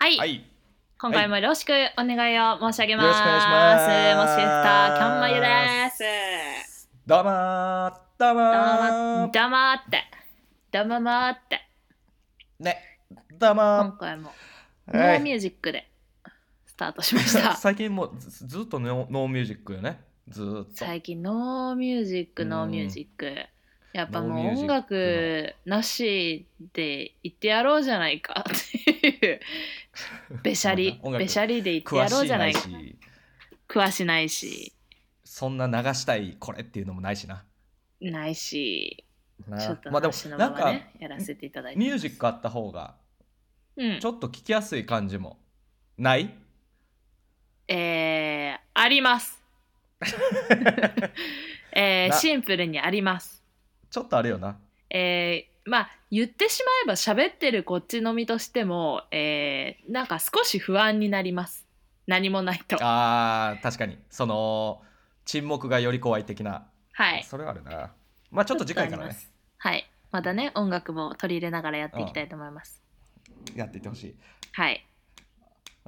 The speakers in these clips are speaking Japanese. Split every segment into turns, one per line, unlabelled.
はい、
はい。
今回もよろしくお願いを申し上げます。
よろしくお願いします
モスフェスタキャンマユです。
どうもーどうもー
黙って、黙って、
ね、どうもー
今回もノ
は
ー
い。
ミュージックでスタートしました
最近もうずずっとノーノーミュージックよね。ずーっと。
最近ノーミュージック
うん
ノーミュージックやっぱ
ノー
もう
ミュージ
音
ックの
楽なしで言ってやろうじゃないかって いうべしゃり
音楽
べしゃりで言って
詳
やろう
しい
じゃな
ない
いか
し、
詳しないし
そんな流したいこれっていうのもないしな。
ないし
な
ちょっと
まあでも
話の
な
ま
ん
ま
か
ねやらせていただいて
ミュージックあった方が
うん
ちょっと聞きやすい感じもない
えーあります えー
な
シンプルにあります
ちょっとあれよな。
えーまあ言ってしまえば喋ってるこっちの身としても、えーなんか少し不安になります何もないとは
あー確かにその沈黙がより怖い的な、
い
それはあるなまあちょっと次回から
ちょっとありま
ね
すはいまたね音楽も取り入れながらやっていきたいと思います、
やっていってほしい
はい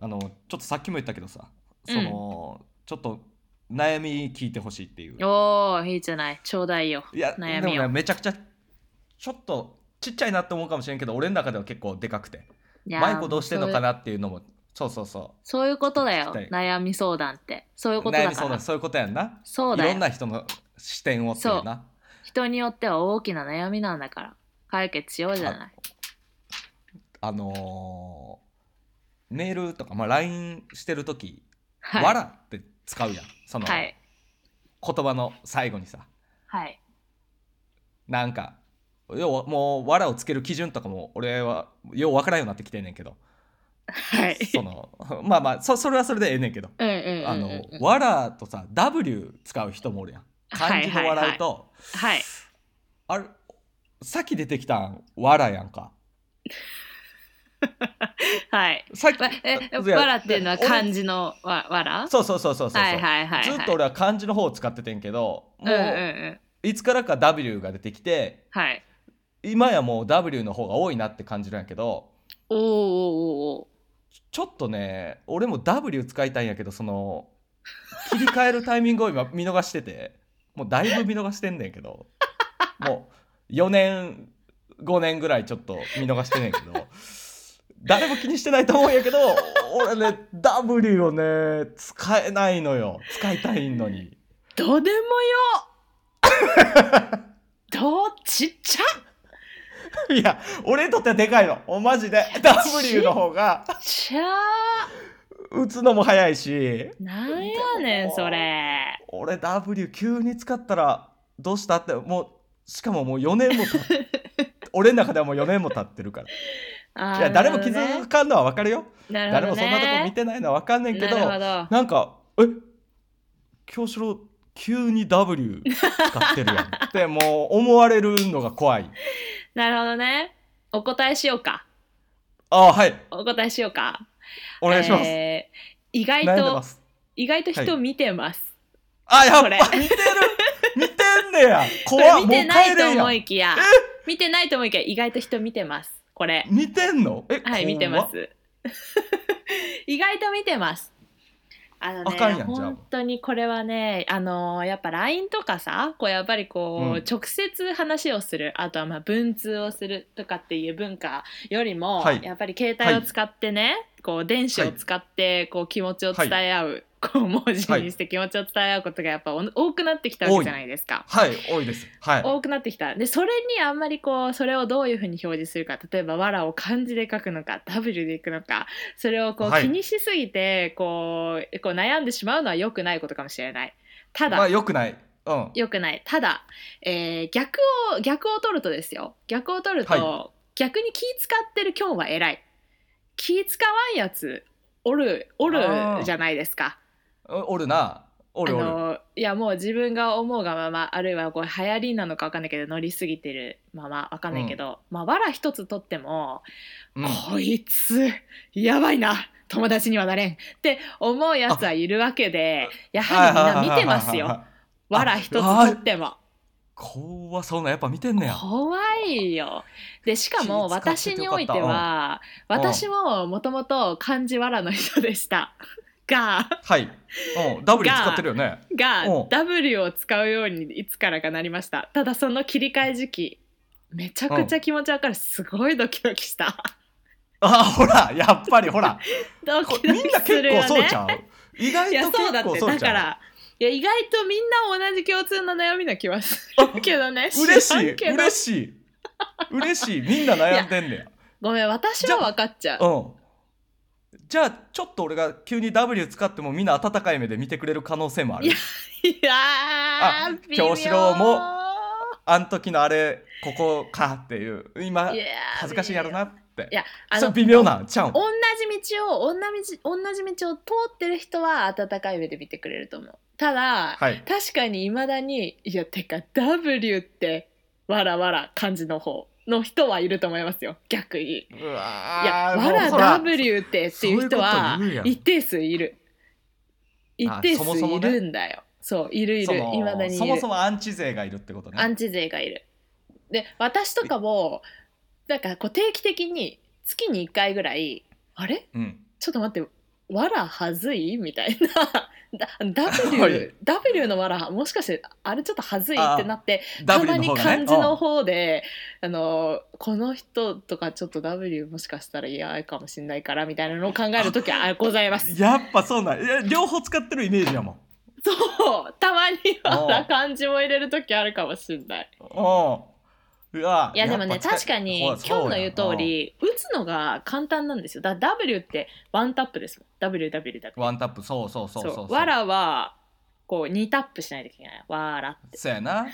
あのちょっとさっきも言ったけどさ
うん
その、ちょっと悩み聞いてほしいっていう
おーいいじゃないちょうだいよ
いや
悩みを
でもねめちゃくちゃちょっとちっちゃいなって思うかもしれんけど俺の中では結構でかくて
いやー
マイコどうしてんのかなっていうのもそうそうそ
そういうことだよ
聞きた
悩み相談ってそういううことだ
悩
か
み
ら
相談そういうことやんな
そう
い
だ
ろん
よ
な人の視点をっていうな
人によっては大きな悩みなんだから解決しようじゃない
あのーメールとか、まあ、LINE してる時
はい
わらって使うやんその
はい
言葉の最後にさ
はい
なんか要はもうわらをつける基準とかも俺はようわからんようになってきてんねんけど
はい
その まあまあそそれはそれでええねんけど
うんうんうんうんうん
あのわらとさ W 使う人もおるやん漢字
はいはいは
の
い
笑うと
はい
あれさっき出てきたんわらやんか
はい。
さっき
わえ、
いや
わらっていうのは
俺
漢字のわわら
そうそうそうそうそうそう
はいはいはい、はい。
ずっと俺は漢字の方を使っててんけども
うんうんう。
うんいつからか W が出てきて
はい。
今やもう W の方が多いなって感じるんやけど
おーおーおーお
ちょっとね俺も W 使いたいんやけどその切り替えるタイミングを今 見逃しててもうだいぶ見逃してんねんけどもう4年5年ぐらいちょっと見逃してんねんけど誰も気にしてないと思うんやけど俺ね W をね使えないのよ使いたいのに
ーどうでもよどうちっち
いや俺にとってはでかいのおマジで W の方が
ゃちゃ
打つのも早いし
ーなんやねんそれ。
俺 W 急に使ったらどうしたってもうしかももう4年も 経って俺の中ではもう4年も経ってるから
あー
いや誰も気
なるほ
づかんのは分かるよ
どね
誰もそんなとこ見てないのは分かんねんけど
なるほど。
なんか「え京志郎急に W 使ってるやん」ってもう思われるのが怖い
なるほどね。お答えしようか。
ああはい
お答えしようか。
お願いします、
えー意外
悩んでま
と、
す
意外と人
はい
見てます。
あやっ
こ
ぱ
れ
見てる見てんねや
こ
怖
れ
っ
見
もう
てない
帰
と
れんや
思
ん
いきや見てないと思いきや意外と人見てますこれ
見てんのえ
はい見てます 意外と見てますあの
あかんやん
ね
じゃあ
本当にこれはねあのーやっぱ LINE とかさこうやっぱりこう、
うん
直接話をするあとはまあ文通をするとかっていう文化よりも、
はい
やっぱり携帯を使ってね、こう電子を使ってこう気持ちを伝え合う、こう文字にして気持ちを伝え合うことがやっぱお多くなってきたわけじゃないですか。
はい多いです はい
多くなってきたでそれにあんまりこうそれをどういうふうに表示するか例えば「わら」を漢字で書くのか「W」で書くのかそれをこう
はい
気にしすぎてこうこう悩んでしまうのは良くないことかもしれないただ、
まあ良くない。うん。
良くないただ、えー逆を逆を取るとですよ逆を取ると、
は
逆に気使ってる今日は偉い気使わんやつおるおる
あー
じゃないですか
おおるな。おるお
あ
る。
のいやもう自分が思うがままあるいはこう流行りなのか分かんないけど乗りすぎてるまま分かんないけど、まあわら一つとっても、
うん
こいつやばいな友達にはなれんって思うやつはいるわけでやはりみんな見てますよ。わら一つとっても
怖そんなやっぱ見てんねや
怖いよでしかも
気使って
私
て
に
よかっ
お
た
いては、
うん
私ももともと漢字わらの人でしたが
はい、うん、W 使ってるよね
が
うん
W を使うようにいつからかなりましたただその切り替え時期めちゃくちゃ気持ちわかるすごいドキドキした
あほらやっぱりほら
ド
こ
キ
れ
ド
みん
キ
な
す
結
るよ
構
ね
そうちゃう意外
いや
と
そうだ
結
っ
構
て
そう
だ
ちゃう
からいや意外とみんなも同じ共通の悩みな気はするけどね
嬉し
知
い
らんけど
嬉しい嬉しいみんな悩んでんね
ごめん私は分かっちゃう
やうんじゃあちょっと俺が急に W 使ってもみんな温かい目で見てくれる可能性もある
いやいや
あ
ー微妙
京志郎もあん時のあれここかっていう今
いやー
恥ずかしいやろなって
いやあ
それ
の
微妙なんちゃうん
同じ道を同じ同じ道を通ってる人は温かい目で見てくれると思うただ、
はい
確かにいまだにいやてか W ってわらわら漢字の方の人はいると思いますよ逆に
うわ
いや
ー
わ
もう
ら
そら
W ってっていう人
そ
は
ういうこと言うやん
一定数いる一
あ
定
そもそ
数
も
い
ね
るんだよそういるい
そ
る
の
いまだにいる
そもそもアンチ勢がいるってことね
アンチ勢がいる。で私とかもなんかこう定期的に月に1回ぐらい「あれ
うん
ちょっと待ってわらはずい?」みたいなだ
はい
w, w のわらもしかしてあれちょっとはずいってなってた
W
ま
の
に
方がね
漢字の方で、あのこの人とかちょっと W もしかしたら嫌かもしれないからみたいなのを考える時はございます
うん。やっぱそうなんいや両方使ってるイメージやもん
そうたまに
お
わ
う
ら漢字も入れる時あるかもしれない。
うんうわ
いやでもね
っぱ
確
使
か
い
に
ほ
今
ら
日
そうや
の言う通り打つのが簡単なんですよだ W ってワンタップですもん WWW
うんワンタップそうそうそうそう
そう
そう
わらはこう2タップしないといけないわらっ
そうやな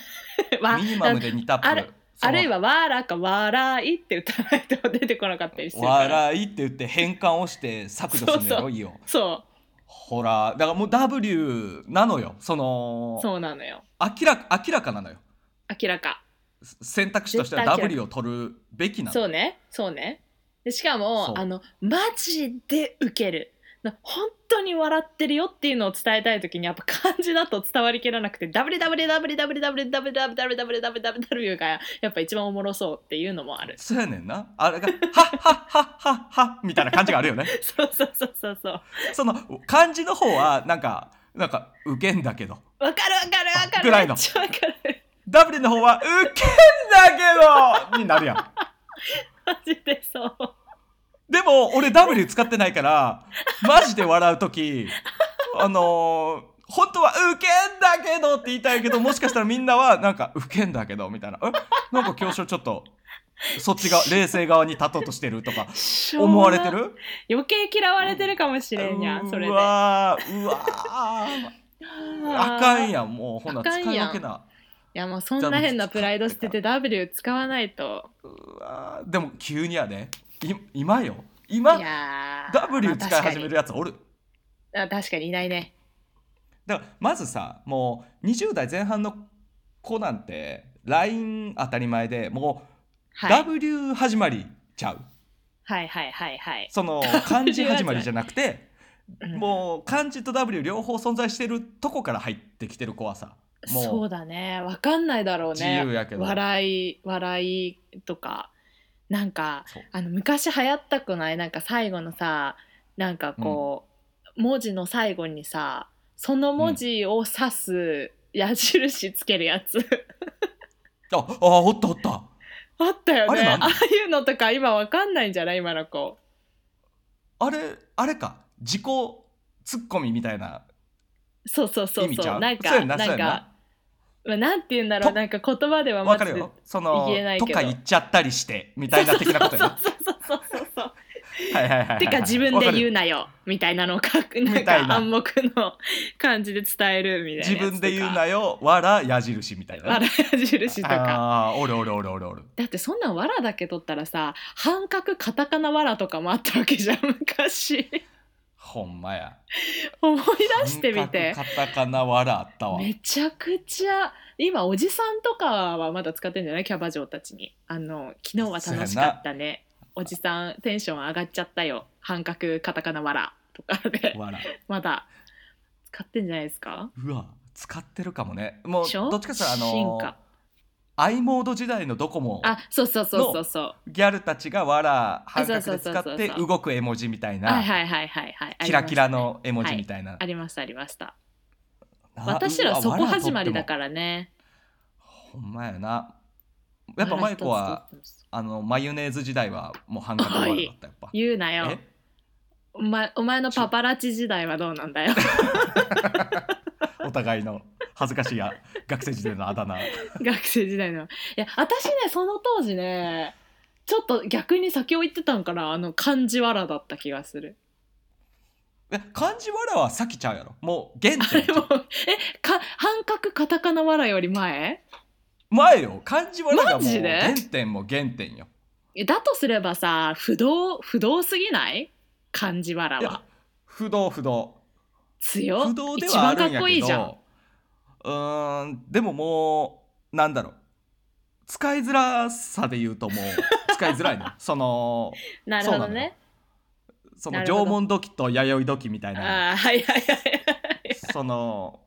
てわ
ミニマムで2タップ
あれ
そ
あ
の
るいはわらかわらいって歌わないと出てこなかったりするから
笑いって言って変換をして削除するの
そう
や
そ
ろ
う
いいよ
そ
ほらだからもう W なのよそうの
そうなのよ
明らか明らかなのよ
明らか
選択肢としては
絶対明
W を取るべきなの
そうねそうねでしか
そう
もあのマジでウケるな本当に笑ってるよっていうのを伝えたい時にやっぱ漢字だと伝わりきらなくて WWWWWWWWW がやっぱ一番おもろそうっていうのもある
そうやねんなあれが「はっはっはっはっは」みたいな感じがあるよね
そうそうそうそうそう
その漢字の方はなんかなんか受けんだけど
わかるわかるわかる
ぐらいの
めっちゃわかる
W の方は受けんだけどになるやん
マジでそう
でも俺 W 使ってないからマジで笑う時あのー本当は「ウケんだけど」って言いたいけどもしかしたらみんなはなんか「ウケんだけど」みたいな「えなんか教授ちょっとそっち側冷静側に立とうとしてる」とか思われてる
余計嫌われてるかもしれんやんそれ
う
で
わーうわーあかんやんもうほんなら
あか
使
ん
い
やん
分けない
やもうそんな変なプライド捨てて W 使わないと
うわーでも急にやでい今よ今
いやー
W 使い始めるやつおる
まあ確かにあ確かにいないね
だからまずさもう20代前半の子なんて LINE 当たり前でもう
はい、
W 始まりちゃう、
はいはいはいはい
そ の漢字始まりじゃなくて
うん
もう漢字と W 両方存在してるとこから入ってきてる子はさ
そ
も
うだねわかんないだろう
自
ね
由やけど、
笑い笑いとかなんか
そう
あの昔流行ったくないなんか最後のさなんかこう、文字の最後にさその文字を指す矢印つけるやつ
ああおったおった
あったよね
あれ
あ
何
あいうのとか今わかんないんじゃない今の子
あれあれか自己ツッコミみたいな
そうそうそ
意
う
味ち
そ
ゃ
う
う
なんか
そうや
な
そうんや
か、まあ、なんて言うんだろう
と
なんか言葉では
わ
ま
か
ず
るよその
言えない
と
けど
か言っちゃったりしてみたいな的なことやな
そうそうそうそうそうそう
はいはいはいはいはい
てか自分
わ
で
るよ
言うなよみたいなのを書くなん
みたい
か
な
暗黙の感じで伝えるみたい
自
なやつとか
分で言うなよ、わら矢印みたいな。
わら矢印とか
ああ、おるおるおるおるおる。
だってそんなんわらだけ取ったらさ半角カタカナわらとかもあったわけじゃん昔
ほんまや。
思い出してみて
三角カタカナわらあったわ。
めちゃくちゃ今おじさんとかはまだ使ってんじゃないキャバ嬢たちにあの昨日は楽しかったねおじさんテンション上がっちゃったよ半角カタカナわらとか で
わら。
まだ使ってんじゃないですか
うわ、使ってるかもね。もう
でしょ
どっちかっていうとあの
進化
i モード時代のドコモ
あそうそうそうそうそう
ギャルたちがわら半角
そう
で
そうそう
使
そう
って動く絵文字みたい
はい
な
はいはいはいはい
キラキラ
ありまし
の絵文字みたい
た
な
ねありましたありました
な
私らそう
わ
こ
わ
始まりだ
ら
からね
とってもほんまやなやっぱマイコはあのマヨネーズ時代はもう半角わらだったやっぱ
言うなよ
え
お前お前のパパラッチ時代はどうなん だよ
お互いの恥ずかしいや学生時代のあだ名
学生時代のいや私ねその当時ねちょっと逆に先を言ってたんからあの漢字わらだった気がする
え漢字わらはさきちゃうやろもう原
あれ
点
もえか半角カタカナわらより前
前よ漢字わらが
マ
もう
ジで
原点も原点よ
えだとすればさ不動不動すぎない漢字わら
いや
は
不動不動
強
不動ではあるん
一番かっ
や
こい
け
いじゃん
どうーんでももうなんだろう使いづらさで言う ともう使いづらいのその
なるほどね
そ
な
の
るほど
縄文土器と弥生土器みたいな
ああはいはいはい
その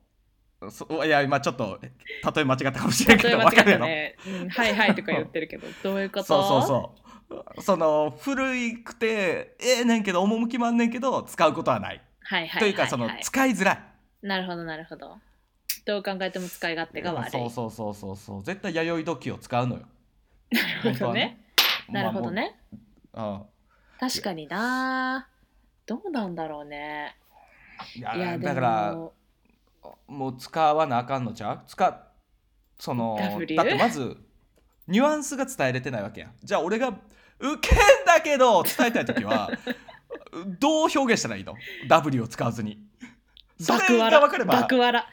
そいや今ちょっと例え間違ったかもしれんけ
例え
ど
ば
わ
違
か
っ
るや
た
ろ
ね、うん、はいはいとか言ってるけどどういうこと
そうそうそうその古いくてええねんけど趣もあんねんけど使うことはない,、
はいはいはい、はい、
というかその使いづらい
なるほどなるほどどう考えても使い勝手が悪い
そうそうそうそうそう絶対弥生土器を使うのよ
なるほどね
本当
なる
は
ほどね、
まあもう
確かになどうなんだろうね
うんいや
いやで
だから
も
もう使わなあかんのちゃう使っその
W？
だってまずニュアンスが伝えれてないわけやんじゃあ俺が「ウケんだけど」伝えたい時 はどう表現したらいいの ?W を使わずに。そ
爆
れが分かれ
笑
ば
爆笑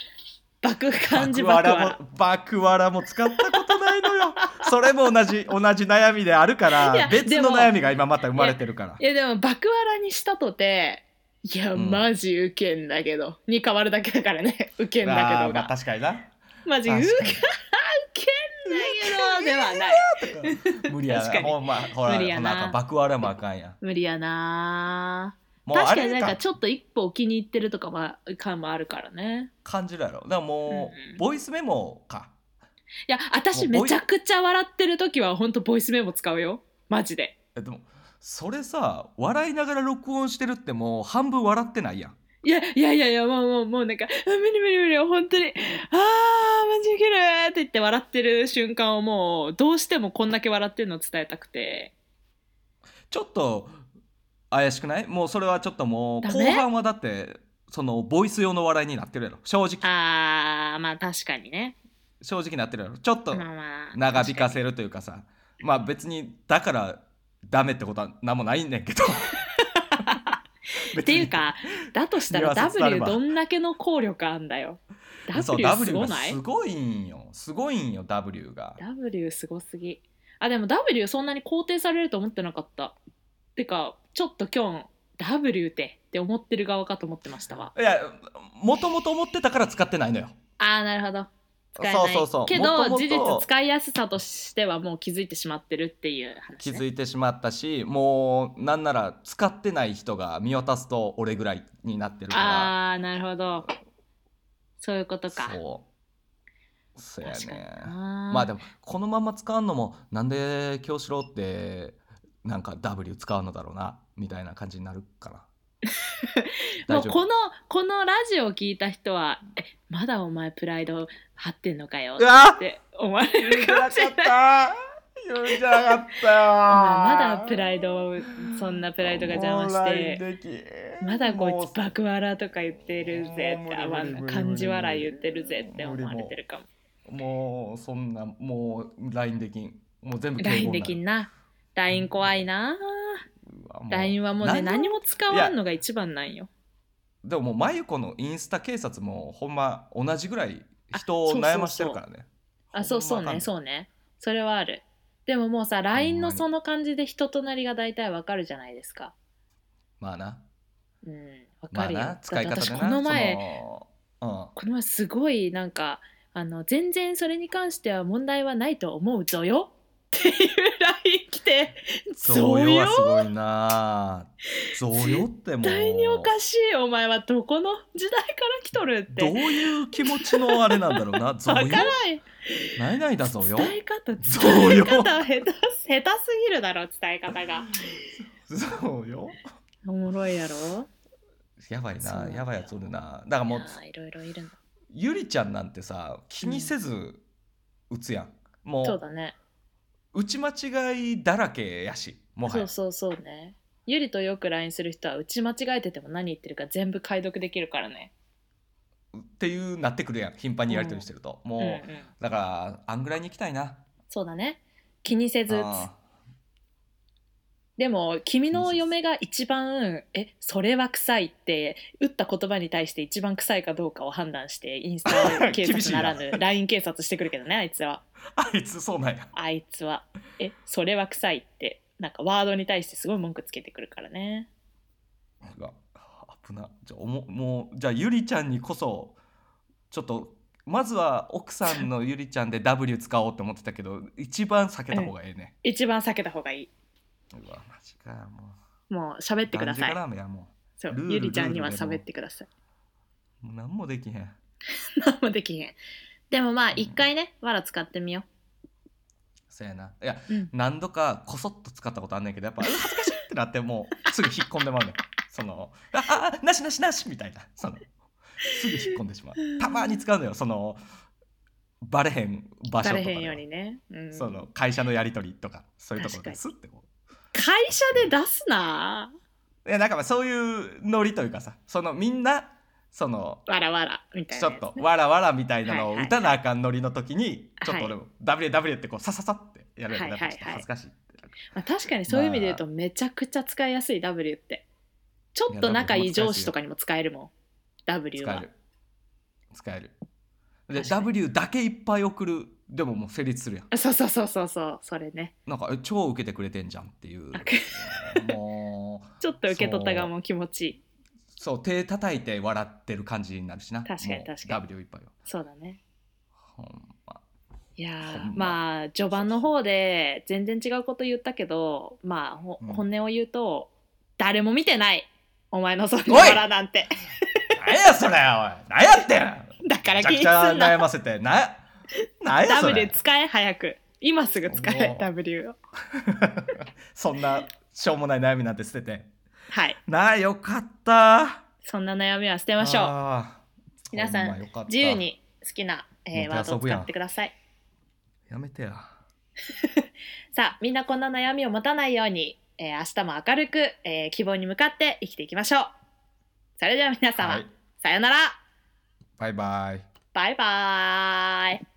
爆漢字
バ
爆
クワ
笑
ラもバクワラも使ったことないのよそれも同じ同じ悩みであるか
いや
ら別
で
の
も
悩みが今また生まれてるから
いやでも爆笑にしたとていや、
うん
マジウケんだけどに変わるだけだから ねウケんだけ
あ
ど
ーまあ
が
確かにな
マジウケんだ
確か
けどではない
に無理や
確か
な
に
ほんまほら
無理やな
ほんまバクワラもあかんやん
無理やな
もう
確か
あ
に
れ
なんか
か
ちょっと一歩お気に入ってるとかもあ感もあるからね
感じるやろだからも
うんうん
うボイスメモか
いや私
もうボイ
めちゃくちゃ笑ってる時は本当ボイスメモ使うよマジで
えでもそれさ笑いながら録音してるってもう半分笑ってないやん
いやいやいやいやもうもうもうなんか「あ無理無理無理本当にあーマジウケる」って言って笑ってる瞬間をもうどうしてもこんだけ笑ってるのを伝えたくて
ちょっと怪しくないもうそれはちょっともう
ダ
後
メ
半はだってそのボイス用の笑いになってるやろ正直
あーまあ確かにね
正直なってるやろちょっと
まあまあ
長引か
確
せるというかさまあ別にだからダメってことは何もないんねんけど
に っていうかだとしたら
ニュアンス伝われ
W ど
ば
んだけの効力あんだよ
別にそう
W す
W
ご
が
ない
すごいんよすごいんよ W が
W すごすぎあでも W そんなに肯定されると思ってなかったてかちょっと今日 W ってって思ってる側かと思ってましたわ
いやもともと思ってたから使ってないのよ
あーなるほど使えない
そうそうそう
けど
元々
事実使いやすさとしてはもう気づいてしまってるっていう
気
話、ね、
づいてしまったしもうなんなら使ってない人が見渡すと俺ぐらいになってるか
ああーなるほどそういうこと
ら
か
そうそうや
確かに
ね
な
まあでもこのまま使うのもなんで京志郎ってなんか W 使うのだろうなみたいな感じになるか な
も
大
う
丈
こ
夫
のこのラジオを聞いた人は「えまだお前プライド張ってんのかよ」
うわ
っ
って
思わ れ
言う
る
んじゃ
かも
なかっ
しれない
た言うんじゃなかっ
お
たよ
前まだプライドをそんなプライドが邪魔してまだこいつ
バ
爆笑とか言ってるぜってあ
もう無
わ
理無理無理無理
漢字笑い言ってるぜって思われてるかも
もうそんなもう LINE できんもう全部敬語に
LINE
なる
できんな LINE 怖いな
うわもう
LINE はもうね
なんで
何も使わんのが一番なんよ
でももうまゆこのインスタ警察もほんま同じぐらい人
あそうそう
を
そう
悩ましてるからね
あそうそうね
う
そうねそれはあるでももうさ LINE の
ほんまに
その感じで人となりが大体わかるじゃないですか
まあな
うんわ
ま
か
あ
るよ、
な使い
だって
方
私
でな
この前
その
この前すごいなんかあの全然それに関しては問題はないと思うぞよっていう LINE 来って
贈
贈
与は
与
すごいな贈与ってもう
絶対におかしいお前はどこの時代から来とるっ
どう
て
いう気持ちのあれなんだろう な贈
わから
与
ない
ないないだ贈与
伝え方
贈与
伝え方下手す下手すぎるだろ伝え方が
贈与
おもろいやろ
やばい
そうな
なん
だよ
やばいやつおるなだからもう
いやーいろいろいるの
ゆりちゃんなんてさ気にせず打つやん、も
そう
う
だね
打ち間違いだらけやしもは
そ
や
うそうそうねゆりとよく LINE する人は打ち間違えてても何言ってるか全部解読できるからね
っていうなってくるやん頻繁にやり取りしてると、も
う
う、
んうん
だからあんぐらいに行きたいな
そうだね気にせず打つ
あ
でも君の嫁が一番「えそれは臭い」って打った言葉に対して一番臭いかどうかを判断してインスタ警
厳
察
しいな
ならぬ LINE 警察してくるけどねあいつは
ー あいつそうなんや
あいつは「えそれは臭い」ってなんかワードに対してすごい文句つけてくるからね
うわ危なじゃあおももうじゃあゆりちゃんにこそちょっとまずは奥さんのゆりちゃんで W 使おうって思ってたけど一番避けた方がええね、
一番避けた方がいいう
わマジかよも
もう喋っ
う
てくださ
が
い
ラーメンやも
そう
ルール
ゆりちゃんには
ルールでも
喋ってくださいう
もう何もできへん
何もできへんでもまあ一回ねわら使ってみよ
そやないや
う、うん、
何度かこそっと使ったことあんねんけどやっぱうわ恥ずかしいってなってもうすぐ引っ込んでまうねんそのあああなしなしなしみたいなそのすぐ引っ込んでしまうたまに使うのよそのバレへん場
バ
所と
レ
かで
へんようにね、うん、
その会社のやり取りとかそういうところで
確
すってこ
会社で出すな
ういやなんかまあそういうノリというかさそのみんなその
わらわらみたい
ち
な
ょ
やつ
っ
ね、
とわらわらみたいなのを
はいはいはい
打たなあかんノリの時にちょっと俺も WW ってこうさささってやるやつ
はい
やっ
は
ぱ
い
ちょっと恥ずかしいってなんか
まあ、確かにそういう意味で言うとめちゃくちゃ使いやすい W ってちょっと仲いい上司とかにも使えるもん W
使え
は
る使えるで
確かに
W だけいっぱい送るでももう成立するやん
そうそうそうそうそうそれね
なんかえ超受けてくれてんじゃんっていう
あ
もう
ちょっと受け取った側も気持ちいい
そう手叩いて笑ってる感じになるしな
確かに
もう
確かに
W いっぱいよ
そうだね
ほんま
いやー
ほん
まあ序盤の方で全然違うこと言ったけどまあほ
うん
本音を言うと誰も見てないお前のそんな
おい
バラなんて
何やそれおい何やってん
だから
めち
気
ゃ
に
く
す
ちゃ
ん
悩
な
ませてな何やそ
W
れ
使え早く今すぐ使
も
え
う
W を
そんなしょうもない悩みなんて捨てて
はい
なあよかった
そんな悩みは捨てましょう
あー
皆さん
ほまよかった
自由に好きな、えー
も
ワー
う手
ド
遊
を
ぶや
使
ん
ってください
やめてや
さあみんなこんな悩みを持たないように、えー明日も明るく、えー希望に向かって生きていきましょうそれでは皆様、
はい
さようなら
バイバイ
バイバーイ